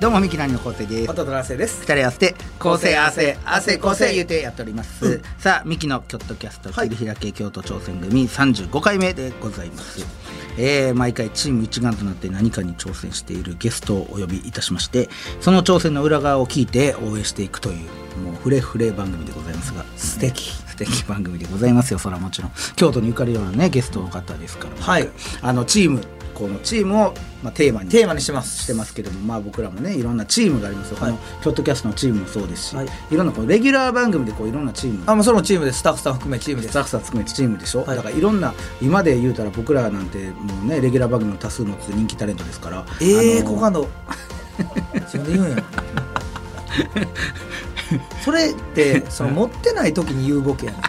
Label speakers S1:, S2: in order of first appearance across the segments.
S1: どうもミキナニの構成です
S2: と男性です。
S1: 二人合わせて構成汗汗構成言うてやっております、さあミキのキョットキャスト
S2: はい
S1: 切り開け京都挑戦組35回目でございます、えー毎回チーム一丸となって何かに挑戦しているゲストをお呼びいたしましてその挑戦の裏側を聞いて応援していくというもうフレフレ番組でございますが素敵素敵番組でございますよそれはもちろん京都にゆかりのあるねゲストの方ですから、
S2: はい
S1: あのチームこのチームを、まあ、テーマに
S2: テーマにしてます。
S1: してますけれども、まあ、僕らもねいろんなチームがありますよ、
S2: はい
S1: このキョットキャストのチームもそうですし、
S2: はい
S1: い、ろんなこうレギュラー番組でこういろんなチーム
S2: あ、もうそれもチームです。スタッフさん含めチームで
S1: ス
S2: す。
S1: タッフさん含めてチームでしょ、
S2: はい
S1: だからいろんな今で言うたら僕らなんてもうねレギュラー番組の多数持つ人気タレントですから
S2: ええー、
S1: あの
S2: 好感度。自分で言うんや。 それって、その持ってない時に言うボケやねん。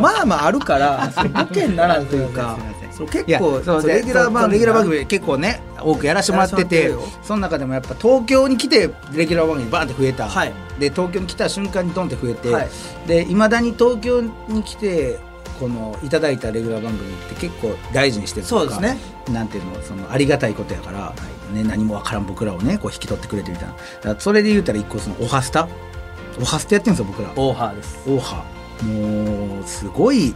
S2: まあまああるから、そのボケにならんという か
S1: すいません、
S2: そう結
S1: いや
S2: 構
S1: そう
S2: そう
S1: レギュラー番組レギュラー番組結構ね多くやらせてもらってて
S2: やらせてもらってる
S1: その中でもやっぱ東京に来てレギュラー番組バーンって増えた、
S2: はい
S1: で東京に来た瞬間にドンって増えて、
S2: はい
S1: でいまだに東京に来てこのいただいたレギュラー番組って結構大事にしてると
S2: そう
S1: か
S2: ですね
S1: なんていうのそのありがたいことやから、ね、何もわからん僕らをねこう引き取ってくれてみたいなだからそれで言うたら一個そのオハスタオハスタやってるんですよ僕ら
S2: オーハーです。
S1: オーハもうすごい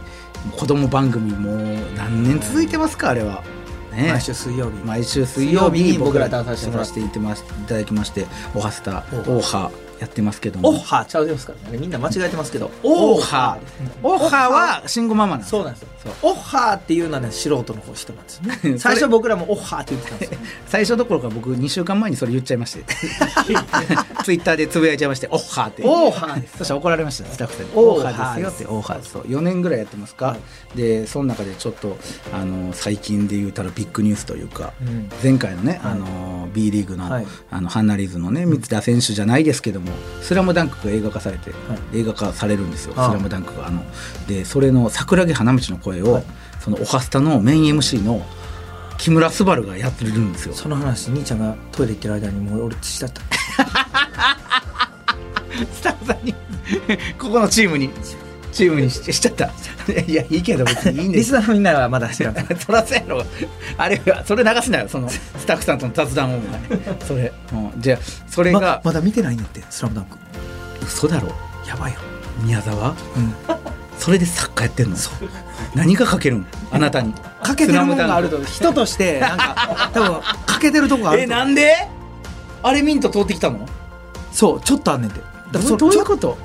S1: 子供番組もう何年続いてますかあれは、ね、
S2: 毎週水曜日。
S1: 毎週水曜日に僕ら
S2: 水曜日に僕ら出させてもらっ
S1: 出いてますいただきまして「オハスタ」「
S2: オハ
S1: オーハ」やってますけども
S2: オーハーちゃうですからね。みんな間違えてますけど、
S1: オーハオーハは慎吾ママなんです
S2: そうなんですよ。オッハーっていうのはね、素人の方人なんですよ ね
S1: それ
S2: 最初僕らもオッハーって言ってたんですよ。
S1: 最初どころか僕2週間前にそれ言っちゃいま してツイッターでつぶやいちゃいまして「オッハ」って
S2: オーハーです
S1: そしたら怒られましたスタッフさんに
S2: オ
S1: オ
S2: ー
S1: ー
S2: ハ
S1: ハー
S2: ーで
S1: ですす
S2: よ
S1: よ
S2: っ
S1: っててオーハーです4年ぐらいやってますか、でその中でちょっとあの最近で言うたらビッグニュースというか、
S2: うん
S1: 前回のね、
S2: はい
S1: あの B リーグの,、
S2: はい
S1: あのハンナリーズのね三田選手じゃないですけども「スラムダンクが映画化されて、映画化されるんですよ「ス
S2: ああ
S1: ラムダンクがあのでそれの「桜木花道の声を」
S2: はい
S1: そのオハスタのメイン MC の木村昴がやってるんですよ
S2: その話、兄ちゃんがトイレ行ってる間にもう俺父だった。
S1: スタッフさんにここのチームにチームにししちゃったいやいいけど別にいいんで
S2: リ
S1: す
S2: スナーのみんなはまだ知らない。
S1: そらそうやろあれそれ流すなよそのスタッフさんとの雑談をそれ、うん、じゃあそれ
S2: ま
S1: が、
S2: まだ見てないんだって、スラムダンク。
S1: 嘘だろ
S2: やばいよ。
S1: 宮沢
S2: うん。
S1: それで作家やってんの何が書けるんあなたに
S2: かけてるもんがあると、人として、なん か、多分、かけてるとこがある
S1: え
S2: と思う
S1: なんであれミント通ってきたの
S2: そう、ちょっとあんねんて。だからそれ
S1: どういうこと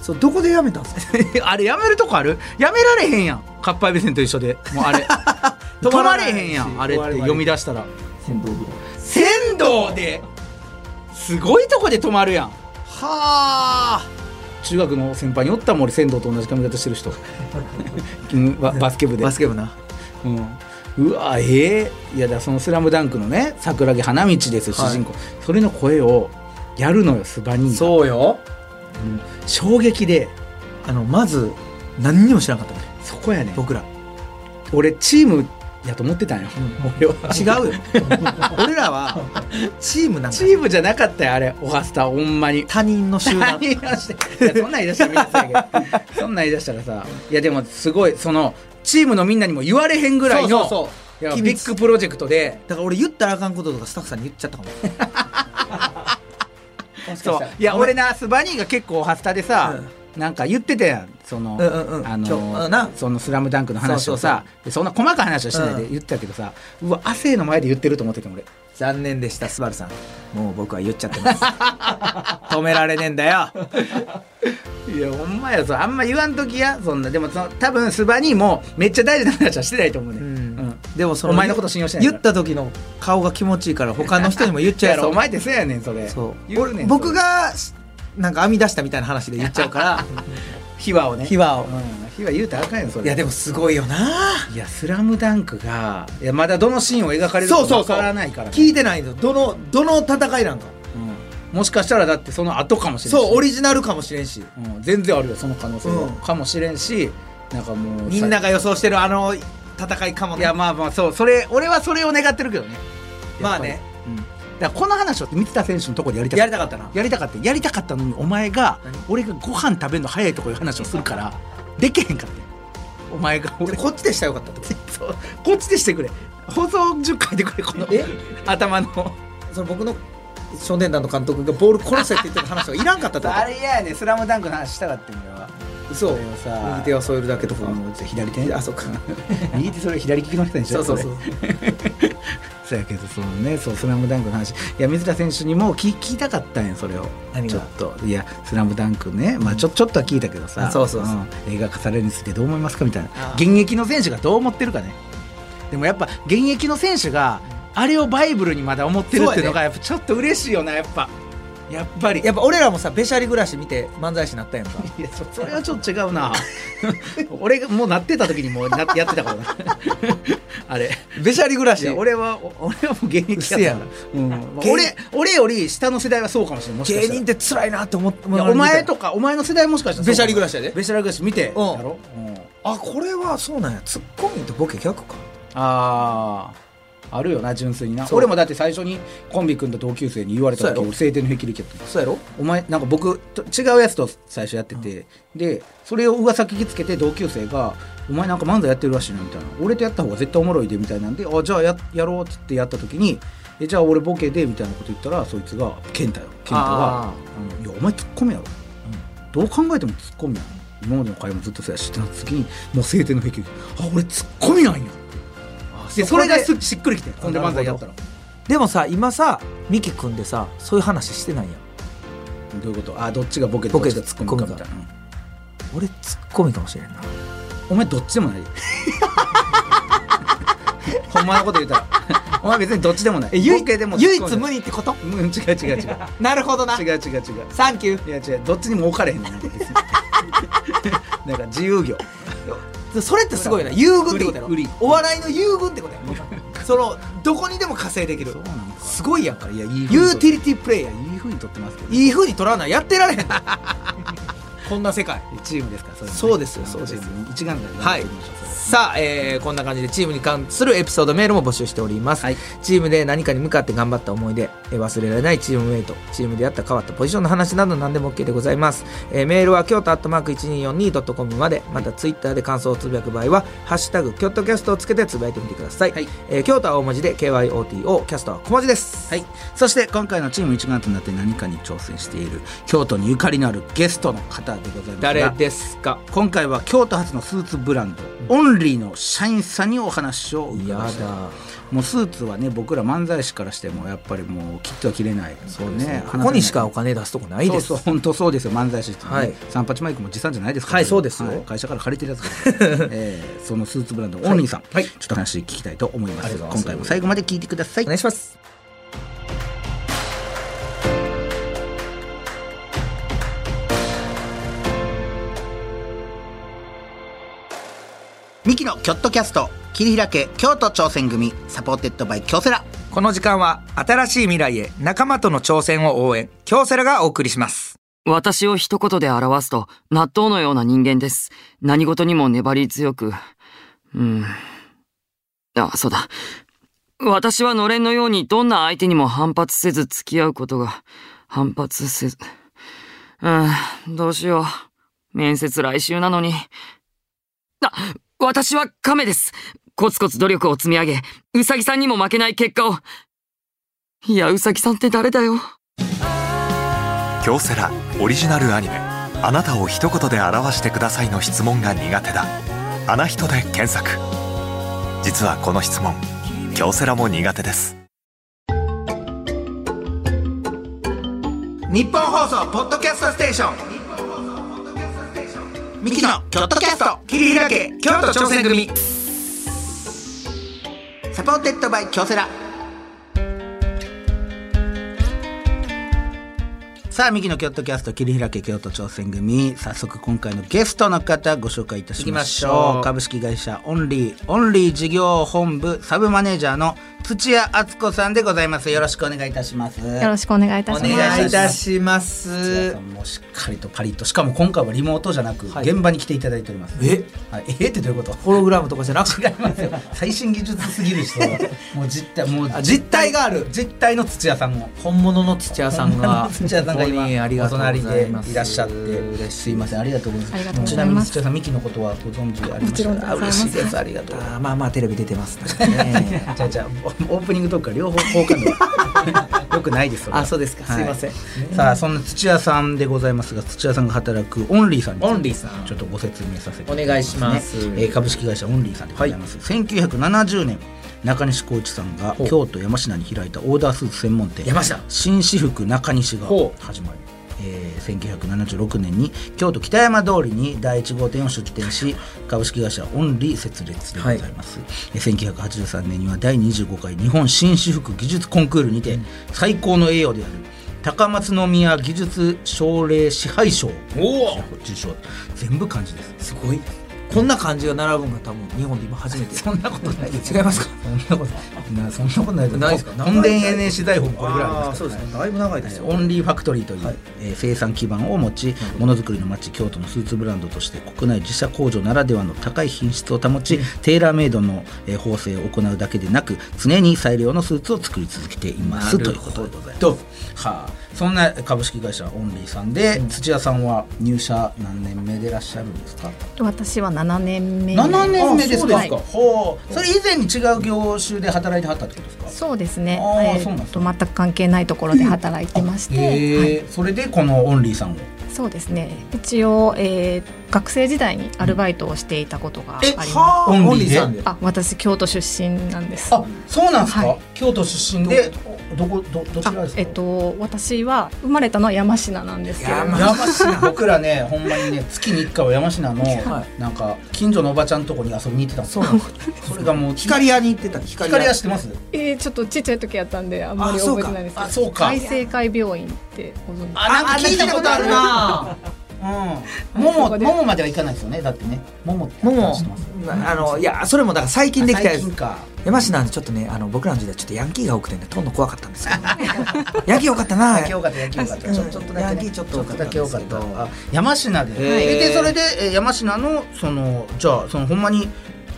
S2: そう、どこでやめたんですか
S1: あれやめるとこあるやめられへんやんかっぱえびせんと一緒でもうあ れ止まられへんやんあれって読み出したら
S2: 先導
S1: 仙道ですごいとこで止まるやん
S2: はあ。
S1: 中学の先輩におったもん俺仙道と同じ髪型してる 人うんババスケ部で
S2: バスケ部な。
S1: うん、うわええいやだからその「スラムダンクのね桜木花道ですよ
S2: はい
S1: 主人公、それの声をやるのよスバニーが
S2: そうよ。
S1: もう衝撃で
S2: あの、まず、何にも知らなかったね。
S1: そこやね
S2: 僕ら。
S1: 俺チームやと思ってたんよ、俺は
S2: 違うよ 俺らはチームなんか
S1: チームじゃなかったよあれオハスタほん まに
S2: 他人の集 団
S1: 何言い出していやそんなん言い出したらみんなそうやけどそんなん言い出したらさいやでもすごいそのチームのみんなにも言われへんぐらいの
S2: そうそうそう
S1: いや
S2: 秘
S1: ビ
S2: 密
S1: ッグプロジェクトで
S2: だから俺言ったらあかんこととかスタッフさんに言っちゃったかも
S1: そういや俺なスバニーが結構ハスタでさ、なんか言ってたやんその、
S2: うんうんうん
S1: あ
S2: 今日
S1: の
S2: うんな
S1: その「スラムダンクの話をさでそんな細かい話はしてないで
S2: うん
S1: 言ってたけどさ、うわ亜生の前で言ってると思ってて俺
S2: 残念でしたスバルさんもう僕は言っちゃってます止められねえんだよ
S1: いやほんまやそうあんま言わんときやそんなでもその多分スバニーもめっちゃ大事な話はしてないと思うね、
S2: うん
S1: うん
S2: でもその
S1: お前のこと信用してないから
S2: 言った時の顔が気持ちいいから他の人にも言っちゃい
S1: やろ
S2: そう
S1: お前ってそうやねんそれ
S2: そう
S1: 言うねん
S2: 僕がなんか編み出したみたいな話で言っちゃうから
S1: 秘話をね
S2: 秘話を
S1: うん、秘話言うたらあかんやんそれ
S2: いやでもすごいよない
S1: や「スラムダンクがいやまだどのシーンを描かれるか
S2: そうそう
S1: わ
S2: そ
S1: か
S2: う
S1: らないからね、
S2: 聞いてないのどのどの戦いなんか
S1: うんもしかしたらだってその後かもしれんし
S2: そうオリジナルかもしれんし
S1: うん、全然あるよその可能性は、
S2: うん
S1: かもしれんしなんかもう
S3: みんなが予想してるあの戦いかも
S1: い
S3: ね
S1: やまあまあそうそれ俺はそれを願ってるけどね
S3: まあね、
S1: うん、だからこの話を三田選手のところでやりたか
S3: や
S1: っ
S3: り
S1: た
S3: たかったな
S1: やりたかったやりたかったのにお前が俺がご飯食べるの早いとこいう話をするからできへんかったよお前が俺
S2: でこっちでしたらよかったってこ
S1: そうこっちでしてくれ放送10回でくれこの
S2: え
S1: 頭の
S2: とその僕の少年団の監督がボール殺せって言ってた話がいらんかったってこ
S1: あれ嫌やねスラムダンクの話したかったんだよ
S2: と嘘
S1: れをさ
S2: 右手は添えるだけとか
S1: もう左手ね
S2: あそっか
S1: 右手それ左利きの人でし
S2: そ
S1: ょ
S2: うそうそう
S1: れそうやけどそのねそう「スラムダンクの話いや水田選手にも聞聞きたかったんやそれを
S2: 何が
S1: ちょっといや「スラムダンクねまあちょちょっとは聞いたけどさ
S2: あそうそうそうん
S1: 映画化されるについてどう思いますかみたいな
S2: ああ
S1: 現役の選手がどう思ってるかねでもやっぱ現役の選手があれをバイブルにまだ思ってるっていうのがやっぱちょっと嬉しいよなやっぱやっぱり
S2: やっぱ俺らもさべしゃり暮らし見て漫才師になったやんか
S1: いやそそれはちょっと違うな俺がもうなってた時にもうなやってたから なあれ
S2: べしゃり暮ら
S1: い
S2: し
S1: や俺はお 俺はもう現役やった
S2: せやろ
S1: うんまあ俺俺より下の世代はそうかもしれないもしか
S2: 芸
S1: したら
S2: 人って辛いなって思って
S1: いやお前とかお前の世代もしかしたら
S2: べしゃり暮らしやで
S1: べしゃり暮らし見てや
S2: うん
S1: ろ、うん、
S2: あこれはそうなんやツッコミとボケ逆か
S1: あああるよな純粋にな
S2: そう
S1: 俺もだって最初にコンビ組んだ同級生に言われた
S2: そうや
S1: 時
S2: ろ
S1: 俺晴天の霹靂やった
S2: そうやろ
S1: お前なんか僕と違うやつと最初やってて、でそれを噂聞きつけて同級生が「お前なんか漫才やってるらしいな」みたいな「俺とやった方が絶対おもろいで」みたいなんで「あじゃあややろう」っつってやった時に「えじゃあ俺ボケで」みたいなこと言ったらそいつが健太よ健太が
S2: あ
S1: 「いやお前ツッコミやろ、どう考えてもツッコミやろ今までの会話もずっとそうやし」ってなった時にもう晴天の霹靂あ俺ツッコミなんや」でそ
S2: そこ
S1: れ
S2: で
S1: がすしっくりきてほんで
S2: あな
S1: 漫
S2: るほど
S1: 才やったら
S2: でもさ今さミキ君でさそういう話してないやん
S1: どういうことあどっちがボケで
S2: ボケ
S1: どっちがツッコミかみたいな。うん
S2: 俺ツッコミかもしれんな
S1: お前どっちでもないほんまのこと言うたらお前別にどっちでもない
S2: 唯
S1: ボケでも
S2: 唯一無
S1: 理
S2: 二ってこと
S1: 違う違う違う違う
S2: なるほどな
S1: 違う違う違う
S2: サンキュ
S1: いや違うどっちにも置かれへんねんなんか別になんか自由業
S2: ーそれってすごいな優遇ってことやろ
S1: 売り売り
S2: お笑いの優遇ってことやろそのどこにでも加勢できる
S1: そうなんか
S2: すごいやんか
S1: いやいい
S2: ユーティ
S1: リ
S2: リティプレイヤー
S1: いい風に撮ってますけど
S2: いいふうに取らないやってられへんこんな世界
S1: チームですからそれはね
S2: そうですよそうです
S1: チ
S2: よ
S1: ーム一丸で
S2: はいさあ、えーこんな感じでチームに関するエピソードメールも募集しております、
S1: はい
S2: チームで何かに向かって頑張った思い出えー忘れられないチームメイトチームでやった変わったポジションの話など何でも OK でございます、えーメールは京都アットマーク 1242.com までまたツイッターで感想をつぶやく場合は「ハッシュタグ京都キャスト」をつけてつぶやいてみてください、
S1: はい
S2: えー京都は大文字で KYOTO キャストは小文字です、
S1: はい、そして今回のチーム一丸となって何かに挑戦している京都にゆかりのあるゲストの方でございますが
S2: 誰ですか
S1: 今回は京都発のスーツブランド、オンリーの社員さんにお話を伺い
S2: や
S1: ま
S2: だ
S1: したもうスーツはね僕ら漫才師からしてもやっぱりもう切っては切れないそうね
S2: ここにしかお
S1: お
S2: 金出すとこな
S1: ないいで
S2: ですす
S1: そうそう本当そうですよ漫才師って、ね
S2: はい
S1: 三八マイクも持参じゃないですから
S2: はいそうですよ
S1: 会社から借りてるやつから えーそのスーツブランドオンリーさん、
S2: はい
S1: ちょっと話聞きたいと思いま
S2: あり
S1: す
S2: がとうご
S1: 今
S2: ざいます
S1: 回も最後まで聞いてください
S2: お願いします
S1: ミキのキョットキャスト切り開け京都挑戦組サポーテッドバイ京セラ
S3: この時間は新しい未来へ仲間との挑戦を応援京セラがお送りします
S4: 私を一言で表すと、納豆のような人間です。何事にも粘り強く。うん。あ、そうだ。私はのれんのようにどんな相手にも反発せず付き合うことが、反発せず。うん、どうしよう。面接来週なのに。あ、私は亀です。コツコツ努力を積み上げ、うさぎさんにも負けない結果を。いや、うさぎさんって誰だよ。
S5: 京セラオリジナルアニメ「あなたを一言で表してください」の質問が苦手だ「あな人」で検索実はこの質問京セラも苦手です
S3: 日本放送ポッドキャストステーションミキのキョットキャスト切り開け京都挑戦組
S1: サポーテッドバイ京セラさあ右の京都キャスト切り開け京都挑戦組早速今回のゲストの方ご紹介いたしましょう
S2: 行きましょう
S1: 株式会社オンリーオンリー事業本部サブマネージャーの土屋敦子さんでございますよろしくお願いいたします
S6: よろしくお願いいたします。
S2: お願いいたし
S1: 土屋
S2: ます
S1: さんもしっかりとパリッとしかも今回はリモートじゃなく、
S2: はい
S1: 現場に来ていただいております
S2: え
S1: はい、えーってどういうこと
S2: ホログラムとかじゃなくて
S1: 最新技術すぎる人もう実態もう
S2: あ実態がある
S1: 実態の土屋さんも
S2: 本物の土屋さんが
S1: 土屋さんが今
S2: 本当にありが
S1: お
S2: とうござ
S1: 隣で
S2: います
S1: いらっしゃってすいませんありがとうござい
S6: あり
S1: ま
S6: が
S1: す
S6: とうご
S1: ち
S6: ざ
S1: ないみに
S6: ます
S1: 土屋さんミキのことはご存知ありました
S6: もちろんでござ
S1: あ
S6: いま
S1: 嬉
S6: す
S1: しいですありがとう
S2: あーまあまあテレビ出てますから ね
S1: じゃあじゃあオープニングトークから両方好感度よくないです
S2: あそうですか
S1: はい
S2: すいません
S1: さあそんな土屋さんでございますが土屋さんが働くオンリーさんについて
S2: オンリーさん
S1: ちょっとご説明させて
S2: お願いします
S1: えー株式会社オンリーさんでございます、1970年中西浩一さんが
S2: ほう
S1: 京都山科に開いたオーダースーツ専門店
S2: 山下
S1: 紳士服中西が
S2: ほう
S1: 始まり、えー1976年に京都北山通りに第1号店を出店し株式会社オンリー設立でございます、えー1983年には第25回日本紳士服技術コンクールにて最高の栄誉である高松宮技術奨励支配賞を
S2: おお
S1: 受賞全部漢字です
S2: すごいこんな感じが並ぶんが多分日本で今初めて
S1: そんなことないです
S2: 違いますか
S1: そんなことなそんなことない
S2: ないですか
S1: 本殿 NSC 台本これぐらいありますから
S2: そうですねだいぶ長いですよ
S1: オンリーファクトリーという、えー生産基盤を持ちものづくりの町京都のスーツブランドとして国内自社工場ならではの高い品質を保ち、テーラーメイドの、えー縫製を行うだけでなく常に最良のスーツを作り続けています
S2: な
S1: と
S2: る
S1: いうこ
S2: ほ
S1: と
S2: ど
S1: でございます。はあ、そんな株式会社オンリーさんで、土屋さんは入社何年目でいらっしゃるんですか
S6: 私は7年目。
S1: 7年目ですか
S6: はい
S1: ほうそれ以前に違う業種で働いてはったってことですか
S6: そうですね
S1: あー。
S6: え
S1: そうなんで
S6: ー
S1: す
S6: と全く関係ないところで働いてまして、
S1: へ
S6: はい
S1: えそれでこのオンリーさんを
S6: そうですね。一応、えー学生時代にアルバイトをしていたことがあります。
S2: はあ
S1: オンリーで
S2: オンリーさんで
S6: あ、私京都出身なんです。
S1: あそうなんですか、
S6: はい
S1: 京都出身でおどこどどちらですか
S6: えっと私は生まれたのは山科なんですけれども
S2: 山
S1: 山科僕らねほんまに ね月に1回は山科の、
S2: はい
S1: なんか近所のおばちゃんとこに遊びに行ってたんです
S2: そうなんです
S1: それがもう
S2: 光屋に行ってた光
S1: 光屋知ってます
S6: えーちょっとちっちゃい時やったんであんま
S2: あ
S6: り
S2: そう
S6: 覚
S2: か
S6: えてないんですけ
S1: あ
S6: ど
S1: そうか
S6: 海星会病院ってご存知
S1: あなんか聞いたことあるな
S2: な
S1: うんももももまではいかないですよねだってねももって
S2: もう
S1: 話
S2: も
S1: してます
S2: うあのいやそれもだから最近できたや
S1: 最
S2: つ
S1: 近か
S2: 山下なんでちょっとねあの僕らの時代ちょっとヤンキーが多くてねとんの怖かった んですよ、ね、ヤンキー多かったな
S1: 野球多かった野球多かった
S2: うん
S1: ちょちょっとだけ、
S2: ヤンキーちょっと多かった
S1: だけ多かったあ山科で、
S2: へー
S1: でそれでえー山科のそのじゃあそのほんまに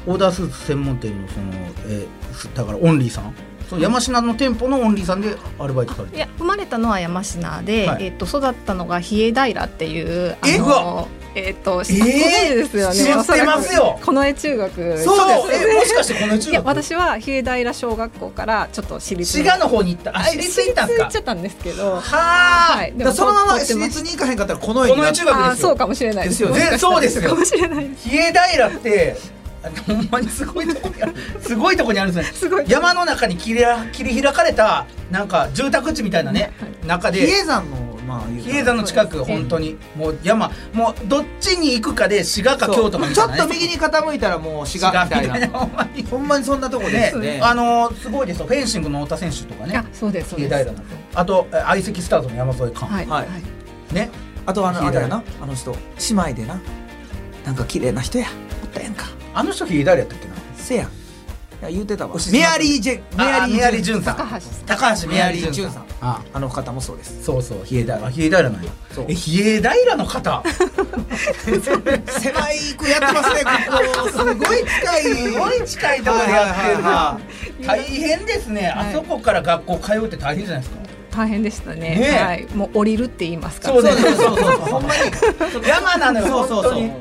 S1: オーダースーツ専門店のその、えーすだからオンリーさんその山科の店舗のオンリーさんでアルバイトされ
S6: い
S1: て
S6: や生まれたのは山科で、
S1: はい
S6: えっと育ったのが比叡平っていうあ
S1: えうわ
S6: のえっと、
S1: えー
S6: ご存知ですよね
S1: 知ってますよ
S6: おそらくこの絵中学
S1: そうですえもしかしてこの中
S6: いや
S1: 学
S6: 私は比叡平小学校からちょっと私立
S1: 滋賀の方に行ったあ
S6: 私
S1: 知り
S6: 立
S1: ついたんす
S6: 行
S1: か
S6: っちゃったんですけど
S1: は
S6: はい
S2: だからそのまま
S6: 通って
S2: 私
S6: ま
S2: 立
S6: す
S2: に行かへんかったらこの絵になって
S1: この絵中学
S6: あ
S1: で
S6: ー
S1: すよ
S6: そうかもしれない
S2: ですよね
S6: もしかしたら
S1: そうですよ
S6: かもしれないです
S1: あ比叡平ってあほんまにすごいとこにあるすごいとこにあるんですね
S6: すごい
S1: 山の中に切りら切り開かれたなんか住宅地みたいなね、中で
S2: 比叡山のまあ
S1: 比叡山の近く本当にもう山もうどっちに行くかで滋賀か京都かみ
S2: ち
S1: た
S2: ょ
S1: いな
S2: っ
S1: ね、
S2: と右に傾いたらもう滋
S1: 滋賀
S2: 賀
S1: み
S2: み
S1: た
S2: た
S1: い
S2: い
S1: な
S2: な
S1: ほんまに
S2: ほんまにそんなとこで
S1: ね
S2: すね
S1: あのーすごいですよフェンシングの太田選手とかね
S6: あそうですそう
S1: 比叡
S6: で
S1: 平な
S6: す
S1: んてあとえ相席スタートの山添寛、
S6: はい、
S2: はい
S6: はい
S1: ね
S2: あとあ
S1: 比叡
S2: のあれやなあの人姉妹でななんか綺麗な人やおったやんか
S1: あの人比叡平やったっけな
S2: せやんいや言うてたわ
S1: おし
S2: メアリー・ジェンメア
S1: あ
S2: リー・
S1: メアリー
S2: ジ
S1: ジ
S2: ュン
S1: ュンさん
S6: 高橋さん
S1: 高橋メ
S2: メ
S1: ア
S2: ア
S1: リ
S2: リ
S1: ー
S2: ー・
S1: ジ
S2: ジ
S1: ュ
S2: ュ
S1: ン
S2: ン
S1: さ
S2: さ
S1: ん
S2: ん
S1: あ
S2: あの方もそうです
S1: そうそう比叡平あ比叡平なんや
S2: そう
S1: え比叡平の方
S2: 狭いくやってますねここすごい近い
S1: すごい近いところでやってるな
S2: はいはいはい
S1: 大変ですね、
S6: はい
S1: あそこから学校通うって大変じゃないですか
S6: 大変でしたね
S1: ねえ
S6: はいもう降りるって言いますから
S1: そうね
S2: そうそうそう
S1: ほんまに山なのよ
S2: そうそ
S1: 本
S2: う
S1: 当
S2: そう
S1: に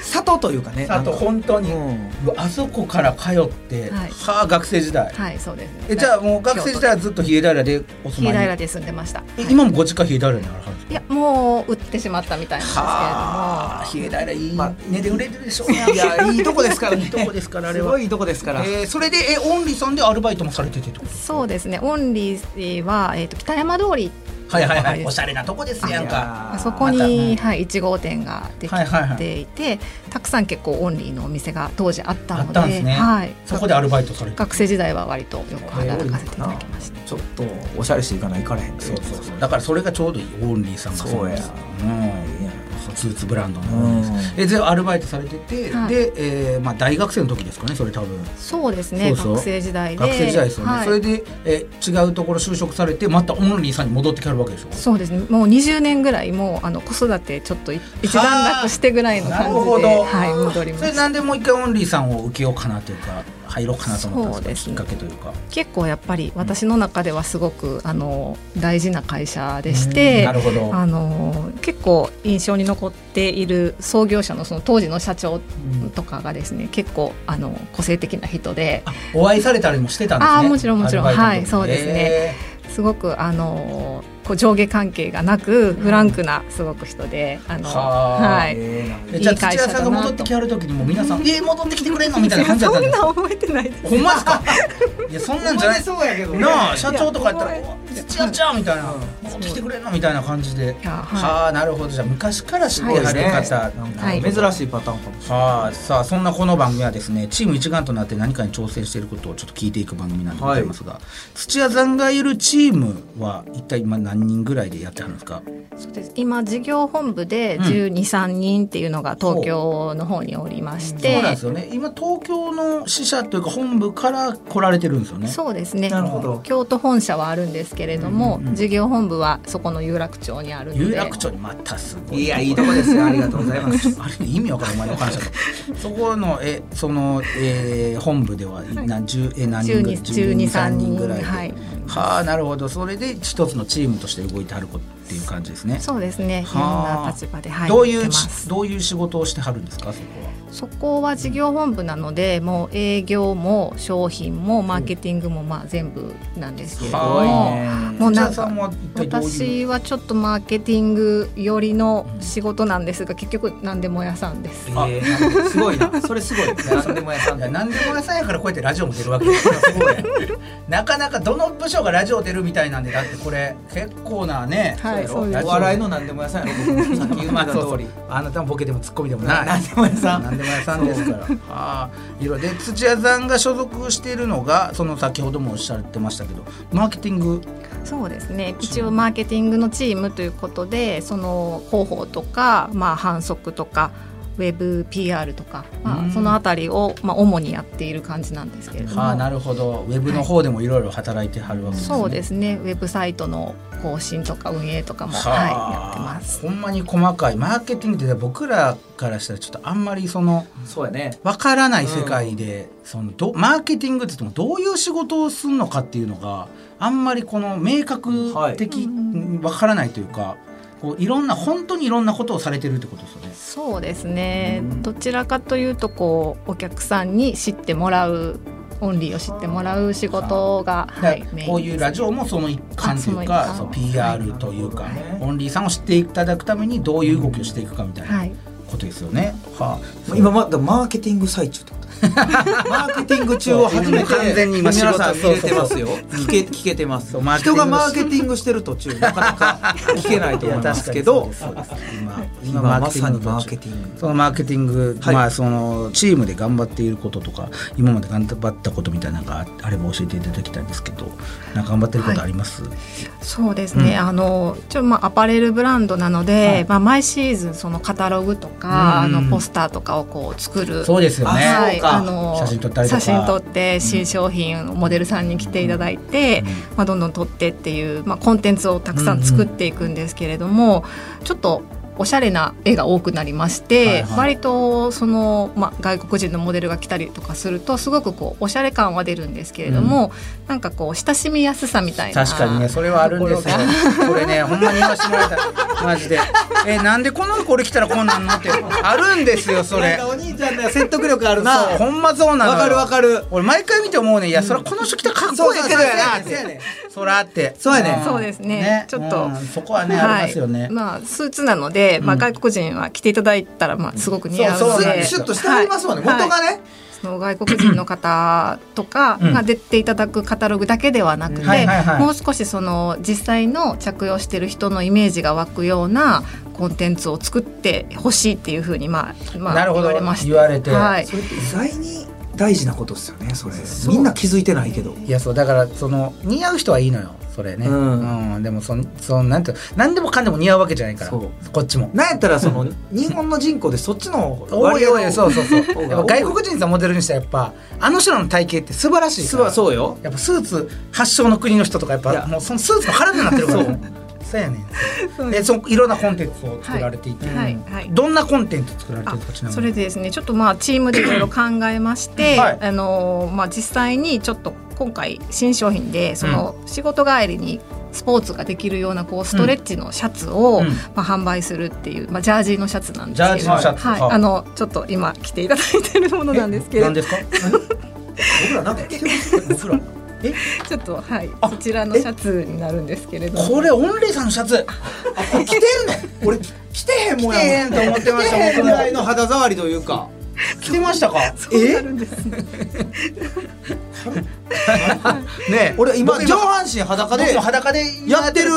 S2: 里というかね
S1: あと
S2: なんか
S1: 本当に、
S2: うん
S1: うわあそこから通って、は
S6: はい
S1: あ学生時代、
S6: はいそうですね
S1: えじゃあもう学生時代はずっと比叡平でお
S6: 比
S1: 住ま
S6: 叡
S1: い
S6: 平
S1: に
S6: で住んでました、はい
S1: え今もご実家比叡平にあるはず
S6: いやもう売ってしまったみたいなんですけれども
S1: あ比叡平いい、
S2: まあ
S1: 値で売れてるでしょう
S2: いやいいとこですからね
S1: いいとこですからあれ
S2: す
S1: は
S2: ごいいいとこですから
S1: えーそれでえオンリーさんでアルバイトもされててってこと
S6: そうですねオンリーは、えー、と北山通り
S1: はいはいは
S6: はいい
S1: おしゃれなとこですやんか
S6: あそこ
S1: ま
S6: に、
S1: たうん
S6: はい、1号店ができ
S1: はいはいはい
S6: ていて、たくさん結構オンリーのお店が当時あった
S1: あっ
S6: の
S1: た
S6: で
S1: んですね
S6: はい、
S1: そこでアルバイトされて
S6: 学生時代は割とよく働かせていただきました、
S2: ちょっとおしゃれしていかない行かれへん
S1: そうそうそうだからそれがちょうどいいオンリーさんが
S2: そうや
S1: うんそのスーツブランドの方です、えでアルバイトされてて、
S6: はい
S1: で、えーまあ、大学生の時ですかねそれ多分
S6: そうです
S1: そ
S6: ね
S1: うそう
S6: 学生時代で
S1: 学生時代ですよね、
S6: はい
S1: それで、えー違うところ就職されてまたオンリーさんに戻ってきはるわけでしょ
S6: そうですねもう20年ぐらいもうあの子育てちょっとい一段落してぐらいの
S1: な
S6: 感
S1: る
S6: じ
S1: ほ
S6: で、
S1: ど、
S6: はい、戻りま
S1: それ
S6: した
S1: なんでもう一回オンリーさんを受けようかなというか入ろうかなと思ったんですか
S6: そう
S1: き
S6: ですね
S1: っかけというか
S6: 結構やっぱり私の中ではすごくあの大事な会社でし
S1: うん
S6: て
S1: なるほど
S6: あの結構印象に残っている創業者のその当時の社長とかがですね結構あの個性的な人で
S1: あお会いされたりもしてたんですね
S6: あーもちろんもちろん
S1: アルバイトの時
S6: はいそうですねすごくあのこう上下関係がなくフランクなすごく人であの、
S1: はー
S6: はい。
S1: えじゃあ
S6: いい会
S1: 土屋
S6: 社だなと
S1: さんが戻ってきはる時にもう皆さん「えー、戻ってきてくれんの?」みたいな感じだったん
S6: そ
S1: で
S6: ん
S1: す
S6: な
S1: か
S6: 覚えてないです
S1: ほんまですかいやそんなんじゃない
S2: そうやけど
S1: なあ社長とかやったら
S6: いや
S1: 「土屋ちゃん」みたいな「戻ってきてくれんの?」みたいな感じで
S6: いやはい
S1: はあなるほどじゃあ昔から知ってはる方なんだ
S6: はい
S2: 珍しいパターンかもしれない
S1: はい、さあそんなこの番組はですねチーム一丸となって何かに挑戦していることをちょっと聞いていく番組なんでございますが、土屋さんがいるチームは一体今何人ぐらいでやってはるんですか
S6: そうです今事業本部で1 2 3人っていうのが東京の方におりまして、
S1: そうなんですよね今東京の支社というか本部から来られてるんですよね
S6: そうですね
S2: なるほど
S6: 京都本社はあるんですけれども、事業本部はそこの有楽町にあるので
S1: 有楽町にまたすごい
S2: いやいいとこですよありがとうございま す
S1: あれ意味わからんお前の感謝そこのえその、えー本部では何十、え何人ぐらい
S6: 12 13
S1: 人ぐらいで、
S6: はい
S1: はあなるほどそれで一つのチームとして動いてはる子っていう感じですね
S6: そうですねいろん
S1: はあ
S6: な立場で、はい、
S1: どうい
S6: や
S1: う
S6: ってま
S1: ち
S6: す
S1: どういう仕事をしてはるんですかそこ
S6: そこは事業本部なのでもう営業も商品もマーケティングもまあ全部なんですけれど
S1: は。
S6: も、もう
S1: 土
S6: な
S1: 屋
S6: ん
S1: さん
S6: か
S1: は一体どういう。
S6: 私はちょっとマーケティング寄りの仕事なんですが結局何でも屋さんです。
S2: あすごいな それすごい何でも屋さん
S1: い
S2: だ
S1: や何でも屋さんやからこうやってラジオも出るわけですよすごい ねなかなかどの部署がラジオ出るみたいなんでだってこれ結構なね、
S6: はい
S1: そう
S6: そう
S1: やろ
S6: です
S2: お笑いの何でも屋さんやろさっき言っ
S1: ま
S2: た
S1: あ
S2: 通
S1: そうそう
S2: り
S1: あなたもボケでもツッコミでもない
S2: 何でも屋さん
S1: 何でも屋さんですからああいろいろで土屋さんが所属しているのがその先ほどもおっしゃってましたけどマーケティング
S6: そうですね一応マーケティングのチームということでその広報とか、まあ、反則とかウェブ PR とか、ま
S1: うん
S6: あ、そのあたりを、まあ、主にやっている感じなんですけれども、
S1: はあなるほどウェブの方でもいろいろ働いてはるわけですね、
S6: そうですねウェブサイトの更新とか運営とかも、
S1: は
S6: はい、
S1: あ
S6: やってます。
S1: ほんまに細かいマーケティングって僕らからしたらちょっとあんまりその
S2: そうやね
S1: わからない世界で、そのどマーケティングって言ってもどういう仕事をするのかっていうのがあんまりこの明確的わからないというか、こういろんな本当にいろんなことをされてるってことですよね。
S6: そうですねどちらかというとこうお客さんに知ってもらうオンリーを知ってもらう仕事が、はい
S1: だから
S6: メイン
S1: こういうラジオもその一環という
S6: あ
S1: かそ
S6: そうの一環
S1: PR というか、
S2: はい
S1: オンリーさんを知っていただくためにどういう動きをしていくかみたい
S6: は、
S1: ないことですよね。はあ
S2: 今まだマーケティング最中ってこと マーケティング中を初めて
S1: そう完全に今仕事
S2: 皆さん入れてますよ聞け聞けてます
S1: そうマーケティン
S2: 人
S1: グ
S2: がマーケティングしてる途中なかなか聞けないと思いますけど
S1: いや確かにそうですそうです今
S2: 今
S1: 今
S2: まさにマ
S1: の
S2: ーケティング
S1: そのマーケティング、
S2: はい
S1: まあそのチームで頑張っていることとか今まで頑張ったことみたいなのがあれば教えていただきたいんですけどなんか頑張ってることあります、
S6: そうですね、あのちょまあアパレルブランドなので、まあ、毎シーズンそのカタログとか、
S1: うん
S6: あのポスターとかをこう作る
S1: そうですよね、
S2: あ
S6: は
S2: そう
S6: い、
S2: か
S6: あの
S1: 写真撮ったりとか
S6: 写真撮って新商品をモデルさんに来ていただいて、
S1: う
S6: まあ、どんどん撮ってっていう、まあ、コンテンツをたくさん作っていくんですけれども、ちょっとおしゃれな絵が多くなりまして、
S1: はいはい
S6: 割とその、まあ、外国人のモデルが来たりとかするとすごくこうおしゃれ感は出るんですけれども、なんかこう親しみやすさみたいな
S1: 確かにねそれはあるんですよ
S6: ところが
S1: これねほんまに言わせてもらいたいマジでえなんでこのこれ来たらこんなんのってあるんですよそれ
S2: お兄ちゃんの説得力ある
S1: なあほんまそうなのよ
S2: わかるわかる
S1: 俺毎回見て思うねんいやそれこの人来たらかっこいいけどやなっ
S2: そうそうそうやね
S1: てそらあって
S2: そうやね
S1: ん
S6: そうですねちょっと
S1: うんそこはねありますよね
S6: はい、まあスーツなので、まあ外国人は着ていただいたらまあすごく似合う
S1: そう
S6: の
S1: そうなん
S6: で、
S1: です
S2: シュッとしてはりますもんね、元が
S6: はい
S2: ね、
S6: その外国人の方とかが出ていただくカタログだけではなくて、
S1: うんはいはいはい
S6: もう少しその実際の着用してる人のイメージが湧くようなコンテンツを作ってほしいっていうふうにまあまあ
S1: なるほ
S6: 言
S1: ど
S6: われまして
S1: 言われて
S6: はい
S2: それって意外に大事なことですよねそれみんな気づいてないけど
S1: いやそうだからその似合う人はいいのよそれね、う
S2: うんん
S1: でもそのそのなんていうの何でもかんでも似合うわけじゃないから
S2: そう
S1: こっちも。
S2: なんやったらその日本の人口でそっちの
S1: おい
S2: 割合
S1: お
S2: の
S1: いそうそうそうやっ
S2: 方
S1: ぱ
S2: が
S1: 外国人さんモデルにしたらやっぱあの人らの体型って素晴らしいから
S2: そうそうよ
S1: やっぱスーツ発祥の国の人とかやっぱ
S2: いや
S1: もうそのスーツの腹になってるから
S2: そう
S1: そうやねんそうでそのいろんなコンテンツを作られていて、
S6: はいはい
S1: どんなコンテンツ作られて
S6: あ
S1: るかちなみ
S6: そ
S1: に、
S6: れでですねちょっとまあチームでいろいろ考えまして
S1: はい
S6: あのまあ、実際にちょっと今回新商品でその仕事帰りにスポーツができるようなこうストレッチのシャツ
S1: う
S6: を、
S1: ん
S6: まあ、販売するっていう、まあ、ジャージーのシャツなんですけど
S1: ジャージのシャツ
S6: はい
S1: はい
S6: あのちょっと今着ていただいてるものなんですけれ
S1: 何
S6: ど
S1: ですか
S2: 僕らなんか着てます
S1: 僕ら
S6: ちょっとはい
S1: あ
S6: そちらのシャツになるんですけれども
S1: これオンリーさんのシャ ツ
S2: 着てんの俺着てへんもん
S1: 着てへ
S2: や
S1: ん
S2: も
S1: と思ってま
S2: 着
S1: してた
S2: へん
S1: 僕
S2: ぐらい
S1: も
S2: の肌触りというか
S1: 着てましたか
S6: そうなるんですね
S1: ね
S2: 俺今
S1: 僕
S2: 上半身裸で
S1: 僕も裸で
S2: やってる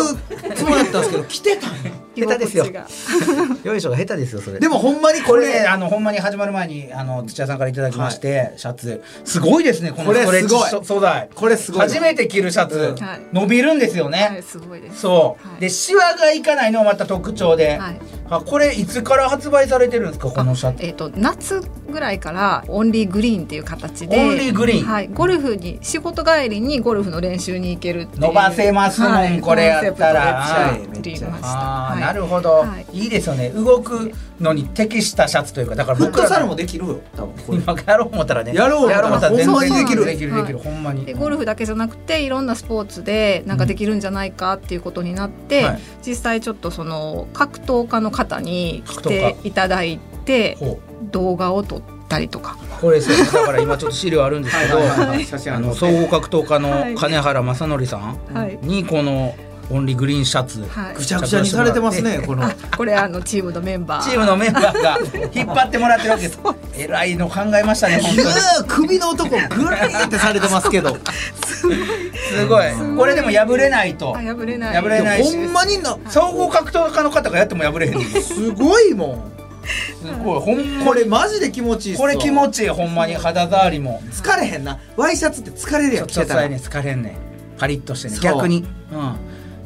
S2: つもりだったんですけど 着てたんや
S1: 下手ですよ
S6: 居心地が
S1: よいしょが下手ですよそれ
S2: でもほんまにこ
S1: これ
S2: れ
S1: あのほんまに始まる前にあの土屋さんからいただきまして、シャツすごいですねこの
S2: これ
S1: ストレッ
S2: すごい
S1: チ素素材
S2: これすごいわ
S1: 初めて着るシャツ、
S2: うん
S6: はい
S1: 伸びるんですよね、
S6: はい、すごいです。
S1: そう、
S6: はい
S1: でシワがいかないのもまた特徴で、
S6: はい
S1: あこれいつから発売されてるんですかこのシャツ
S6: えっ、と夏ぐらいからオンリーグリーンっていう形で、
S1: オンリーグリーン
S6: はい、ゴルフに仕事帰りにゴルフの練習に行けるっていう
S1: 伸ばせますもん
S6: はい
S1: これやったら
S6: コンセプトで作りました。
S1: あー
S6: はい
S1: なるほど、
S6: はい
S1: い、いですよね動くのに適したシャツというかだから
S2: フッ
S1: 僕
S2: ト
S1: ら
S2: サルもできるよ多分これ
S1: 今やろう思ったらね
S2: やろう思ったら
S1: 思ったら全
S6: ほんま
S1: 然で
S6: にで
S1: き
S6: き
S1: る
S6: る
S1: できる
S6: は
S1: で
S6: い
S1: きるほんまに
S6: でゴルフだけじゃなくていろんなスポーツでなんかできるんじゃないかっていうことになって、
S1: はい
S6: 実際ちょっとその格闘家の方に来
S1: 格闘
S6: ていただいて
S1: ほう
S6: 動画を撮ったりとか
S1: これですよねだから今ちょっと資料あるんですけど
S2: はいはいはい写真あ
S1: あ
S2: り
S1: の
S2: ます
S1: 総合格闘家
S6: は
S1: の
S6: い
S1: 金原正則さん
S6: はい
S1: にこのオンリーグリーンシャツ、
S6: はい
S2: ぐちゃぐちゃにされてますねこの
S6: これあのチームのメンバー
S1: チームのメンバーが引っ張ってもらってるわけです偉いの考えましたね本
S2: ぎゅ
S1: 当に
S2: ー首の男ぐりーってされてますけど
S1: すごいこれでも破れないと
S6: あ破れない
S1: 破れないし
S2: ほんまにな
S1: 総合格闘家の方がやっても破れへんのす
S2: すごいもん
S1: ごいほん
S2: こ
S1: これ
S2: れマジで気持ちいいっす
S1: こ
S2: わ
S1: れ気持ちいいほんまに肌触りも
S2: 疲れへんなワイシャツって疲れる
S1: ち
S2: や
S1: ょ
S2: ん
S1: っ
S2: 着
S1: と
S2: てた
S1: さえ
S2: ら
S1: ね疲れんねんパリッとしてね
S2: そう
S1: 逆にうん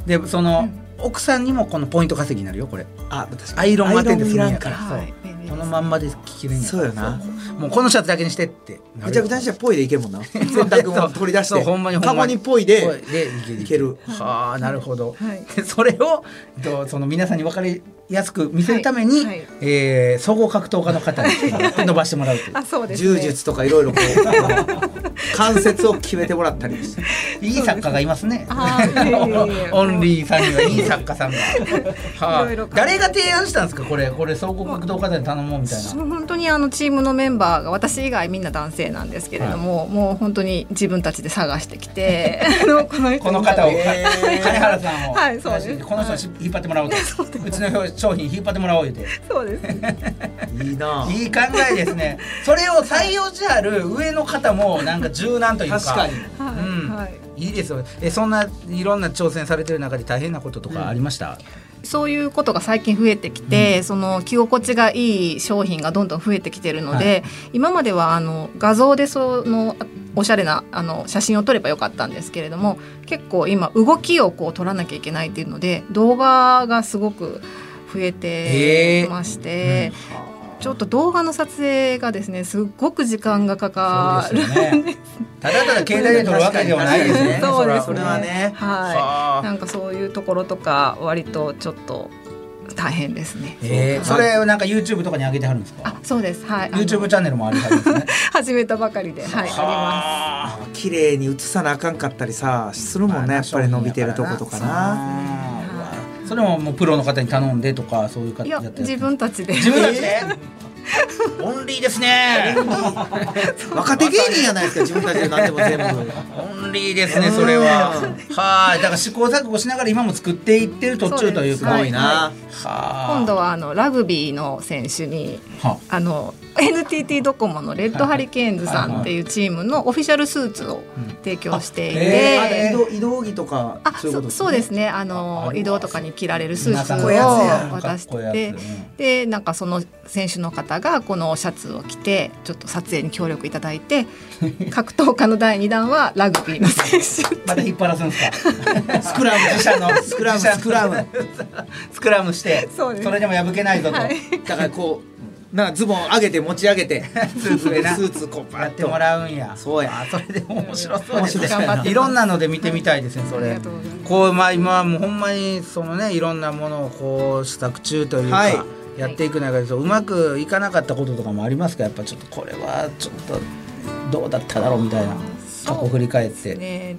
S1: でその、奥さんにもこのポイント稼ぎになるよこれ
S2: あ確かに
S1: アイロン当てんで済むんや
S2: アイロンいらん
S1: から
S6: はい
S1: そう
S6: 便利です
S1: このまんまで着れんやから
S2: そうよな
S1: もうこのシャツだけにしてってなるよ
S2: ぐちゃぐちゃにしたらポイでいけるもんな 洗濯物取り出し
S1: そう
S2: て
S1: ほんまにほんま
S2: カ
S1: に
S2: ゴにポイ
S1: ぽ
S2: で
S1: いでいける
S2: いける
S1: はあなるほど、
S6: はい
S1: で それをとその皆さんに分かりやすく見せるために、
S6: はいはい
S1: えー総合格闘家の方に伸ばしてもらうという
S6: あそうですね
S2: 柔術とかいろいろこ う関節を決めてもらったりして
S1: いい作家がいますね
S6: あーいえいえい え
S1: オンリーさんにはいい作家さ んが、はいあ
S6: ろいろ、考え
S1: 誰が提案したんですかこれこれ総合格闘家で頼もうみたいな
S6: そう本当にあのチームのメンバーが私以外みんな男性なんですけれども、もう本当に自分たちで探して きてあのこの人
S1: この方を、
S6: に
S1: 金原さんを、
S6: はいそうです
S1: この人をし引っ張ってもらおうと、うちの商品引っ張ってもらおう言うて
S6: そうですね
S2: いいなぁ
S1: いい考えですねそれを採用しある上の方もなんか柔軟というか
S2: 確かに
S6: はい、
S1: うん
S6: はい
S1: いいですよねえそんないろんな挑戦されてる中で大変なこととかありました、
S6: そういうことが最近増えてきて、その着心地がいい商品がどんどん増えてきてるので、今まではあの画像でそのあおしゃれなあの写真を撮ればよかったんですけれども結構今動きをこう撮らなきゃいけないっていうので動画がすごく増えてまして、ちょっと動画の撮影がですねすっごく時間がかか
S1: そう
S6: る。
S1: ですよねただただ携帯で撮るわけではないですね
S6: そうですね
S1: それは
S2: はね
S1: はあ
S6: はい、なんかそういうところとか割とちょっと大変ですね。
S1: えーそれをなんか YouTube とかに上げてはるんです
S6: あ
S1: か、
S6: そうです。はい。あの
S1: YouTube チャンネルもあるはずですね
S6: 始めたばかりで、はい、あ
S1: あー
S2: 綺麗に写さなあかんかったりさするもんねやっぱり伸びてるとことかな
S1: あー
S6: そうですね
S1: うわそれももうプロの方に頼んでとかそういう方
S6: ります。いや、自分たちで。
S1: 自分た ちでオンリーです ね
S2: 若手芸人やないですか自分たちで何でも全部
S1: オンリーですねそれははいだから試行錯誤しながら今も作っていってる途中という
S6: す
S1: か
S6: ごい
S2: な
S1: はあ
S6: 今度はあのラグビーの選手に
S1: は
S6: あの NTT ドコモのレッドハリケーンズさんっていうチームのオフィシャルスーツを提供してい
S1: えーあ移
S6: て。
S1: 動移動着とか
S6: あ、
S1: そういうこと
S6: そそうですね。あ
S1: ああ
S6: の
S1: るわ
S6: 移動とかに着られるスーツ
S1: 皆さんこういうやつやん
S6: を渡し
S1: かっこいいや
S6: て
S1: つうん
S6: でなんかその選手の方がこのシャツを着てちょっと撮影に協力いただいて格闘家の第二弾はラグビーの選手
S1: また引っ張らせんすか スクラム自社のスクラムスクラムスクラムして
S6: そうです
S1: れでも破けないぞと、
S6: はい
S2: だからこうなんかズボン上げて持ち上げてスーツでスーツこうバ
S1: や
S2: ッ
S1: っててもらうんや
S2: そうや
S1: あそれでも面白そうですね
S6: 頑張ってます
S1: いろんなので見てみたいですね、そ
S6: あり
S1: れ
S6: がとうございま
S1: こうまあ今はもうほんまにそのねいろんなものをこう試作中というか、
S2: はい
S1: やっていく中でそううまくいかなかったこととかもありますかやっぱちょっとこれはちょっとどうだっただろうみたいな過去振り返って、
S6: すね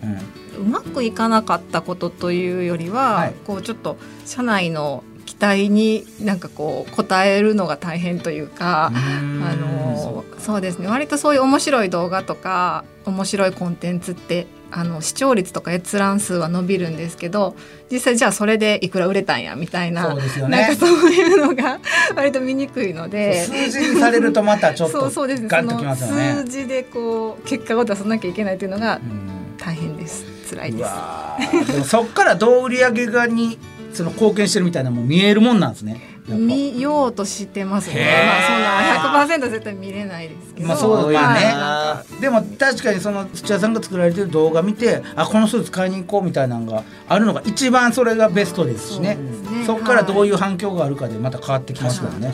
S1: う。ん
S6: うまくいかなかったことというよりは、
S1: はい
S6: こうちょっと社内の期待になんかこう応えるのが大変というか、あのそうですね割とそういう面白い動画とか面白いコンテンツってあの視聴率とか閲覧数は伸びるんですけど実際じゃあそれでいくら売れたんやみたいな,、
S1: そうですよね
S6: なんかそういうのが 割と見にくいので。
S1: 数字にされるとまたちょっと
S6: そうそうですね
S1: ガ
S6: そ
S1: ンときま
S6: の
S1: すよね
S6: 数。字でこう結果を出さなきゃいけないというのが
S1: うん
S6: 大変です辛いうです。
S1: わーでもそっからどう売り上げがにその貢献してるみたいなのも見えるもんなんですね。やっぱ
S6: 見ようとしてますね。まあそんな100%絶対見れないですけど。
S1: まあそう
S6: ま
S1: だ
S6: あ
S1: ね、
S6: なんか
S1: でも確かにその土屋さんが作られてる動画見てあこのスーツ買いに行こうみたいなのがあるのが一番それがベストですしね
S6: そうですね
S1: そこ、からどういう反響があるかでまた変わってきますからね、
S6: はい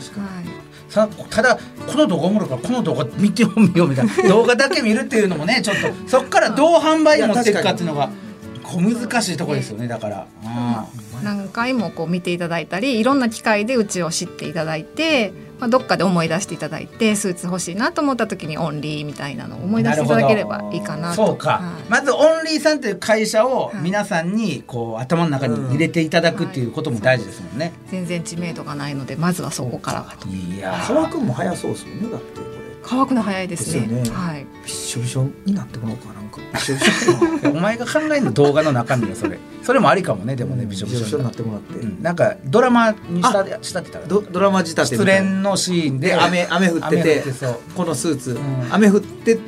S1: さただこの動画おもろいからこの動画見てよ見ようみたい な動画だけ見るっていうのもねちょっとそこからどう販売に持っていくかっていうのが小難しいところですよねだから。うん
S6: 何回もこう見ていただいたりいろんな機会でうちを知っていただいて、まあ、どっかで思い出していただいてスーツ欲しいなと思った時にオンリーみたいなのを思い出していただければいいかなと
S1: そうか、
S6: はい
S1: まずオンリーさんという会社を
S6: はい
S1: 皆さんにこう頭の中に入れていただくっていうことも大事ですもんね、
S6: 全然知名度がないのでまずはそこからがと
S1: いやー
S2: 乾くんも早そうですよねだってこれ
S6: 乾くの早いですね
S2: ですよね
S6: はい
S2: びっしょびしょになってもらおうかなんかびっしょびしょ かな
S1: お前が考える動画の中身よそ れそれもありかもねでもね
S2: うん
S1: び
S2: び
S1: し
S2: し
S1: ょ
S2: ょ
S1: び
S2: び
S1: し
S2: し
S1: ょ
S2: ょ
S1: に
S2: に
S1: な
S2: な
S1: っ
S2: っててもらって、
S1: うんなんかドラマにした仕立てたら
S2: ドドラマ仕立て
S1: 失
S2: みたいな
S1: 恋のシーンで
S2: 雨雨降って
S1: 雨
S2: て
S1: 降ってそう
S2: このスーツ、
S1: ん
S2: 雨降って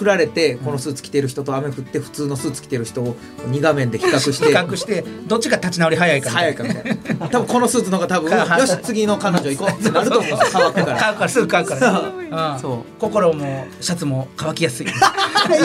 S2: 降られてこのスーツ着てる人と雨降って普通のスーツ着てる人を2画面で比較して
S1: 比較してどっちが立ち直り早いかみた
S2: 早いかみたいな多分このスーツの方が多
S1: か
S2: 分よし次の彼女行こうってなると 思うんですよ乾くか
S1: 乾
S2: ら
S1: くからすぐ乾くからうん
S2: そ
S1: 心もシャツも乾きや すいいい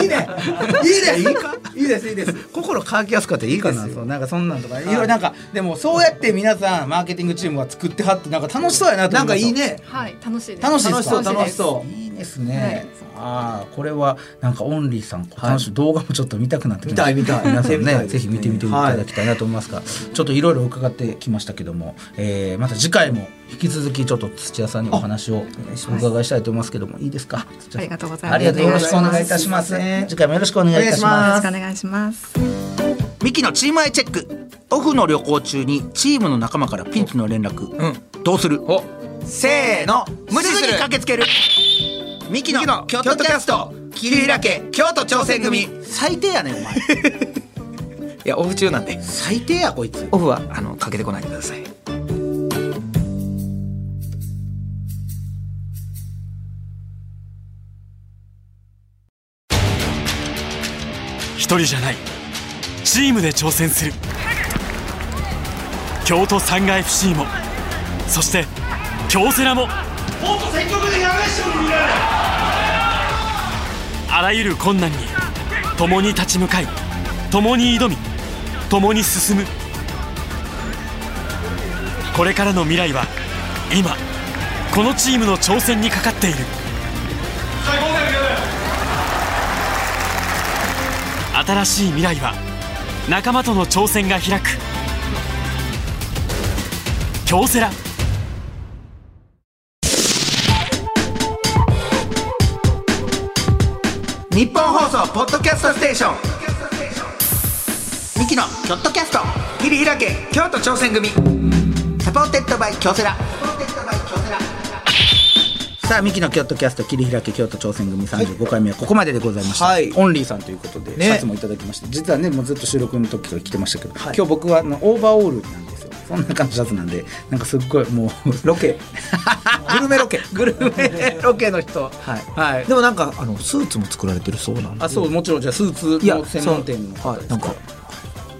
S1: ねいいねいいかいいですいい です心乾きやすかったらいいかなそうなんかそんなんとかいろいろなんかでもそうやって皆さんマーケティングチームが作ってはってなんか楽しそうやなと
S2: な
S1: 思
S2: ん
S1: いま
S2: かい
S1: す
S2: いね
S6: はい楽しいです
S1: 楽しいで
S2: 楽
S1: す
S2: し
S1: か
S2: そう楽しそ
S1: いいですね、ああこれはなんかオンリーさん楽しい、動画もちょっと見たくなってきました
S2: 見たい見たい
S1: 皆さん
S2: 見てみたい
S1: ね
S2: です
S1: ぜ
S2: ね
S1: ひ見てみていただきたいなと思いますが、ちょっといろいろ伺ってきましたけども、えー、また次回も引き続きちょっと土屋さんにお話をお伺いしたいと思いますけどもいいですか土屋さん
S6: ありがとうございます
S1: ありがとうよろしくお願いいたします
S2: お願いします
S1: 次回もよろしくお願いいたします
S6: よろしくお願いします
S3: ミキのチームアイチェックオフの旅行中にチームの仲間からピンチの連絡、どうする
S2: せーの無理
S3: すぐ
S2: す
S3: に
S2: る
S3: 駆けつけるミキの京都キャスト桐平家京都挑戦組
S1: 最低やねお前
S2: いやオフ中なんで
S1: 最低やこいつ
S2: オフはあのかけてこないでください
S5: 一人じゃないチームで挑戦する京都サンガ FC もそして京セラもあらゆる困難に共に立ち向かい共に挑み共に進むこれからの未来は今このチームの挑戦にかかっている新しい未来は仲間との挑戦が開く京セラ
S3: 日本放送ポッドキャストステーションミキのキョットキャスト桐平家京都挑戦組サポーテッドバイ京セラ
S1: さあミキの京都キャスト切り開け京都挑戦組35回目はここまででございました、
S2: はい
S1: オンリーさんということで、
S2: ね
S1: シャツもいただきまして実はねもうずっと収録の時から着てましたけど、今日僕はあのオーバーオールなんですよそんな感じシャツなんでなんかすっごいもう
S2: ロケグルメロケ
S1: グルメロケの人
S2: はい
S1: はい
S2: でもなんかあのスーツも作られてるそうなんで
S1: あそうもちろんじゃあスーツ
S2: いや
S1: の専門店の
S2: そ
S1: 方
S2: うは
S1: です
S2: いなんか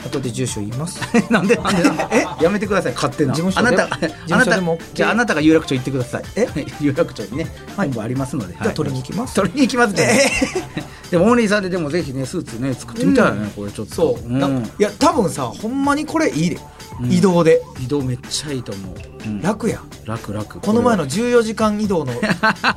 S2: 後で住所言います
S1: なんでなんでなんでえやめてください勝手な
S2: 事務所
S1: あな
S2: で
S1: た
S2: 事務所
S1: あなた
S2: でも OK
S1: じゃああなたが有楽町行ってください
S2: え
S1: 有楽町にね本部ありますので、
S2: じゃあ取りに行きます
S1: 取りに行きますね、でもオンリーさんででもぜひねスーツね作ってみたいよね、これちょっと
S2: そう、
S1: ん
S2: なんかいや多分さほんまにこれいいで、移動で
S1: 移動めっちゃいいと思う、うん
S2: 楽や
S1: 楽楽
S2: この前の14時間移動の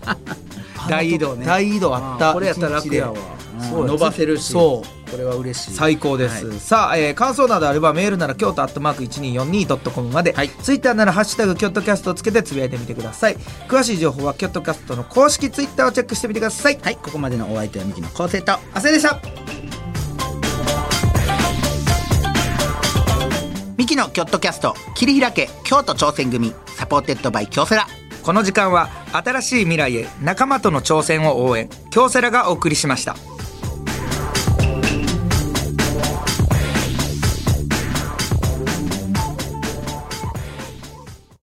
S1: 大移動ね
S2: 大移動あった
S1: これやったら楽やわ
S2: 一日で
S1: うん
S2: そう
S1: 伸ばせるし
S2: そう
S1: これは嬉しい
S2: 最高です、
S1: は
S2: さあ、えー感想などあればメールなら京都アットマーク 1242.com まで、ツイッターなら「ハッシュタグ京都キャスト」をつけてつぶやいてみてください詳しい情報は京都キャストの公式ツイッターをチェックしてみてください
S1: はいここまでのお相手はミキの昴生と
S2: あせでした
S3: ミキのキョットキャスト切り開け京都挑戦組サポーテッドバイ京セラ
S2: この時間は新しい未来へ仲間との挑戦を応援京セラがお送りしました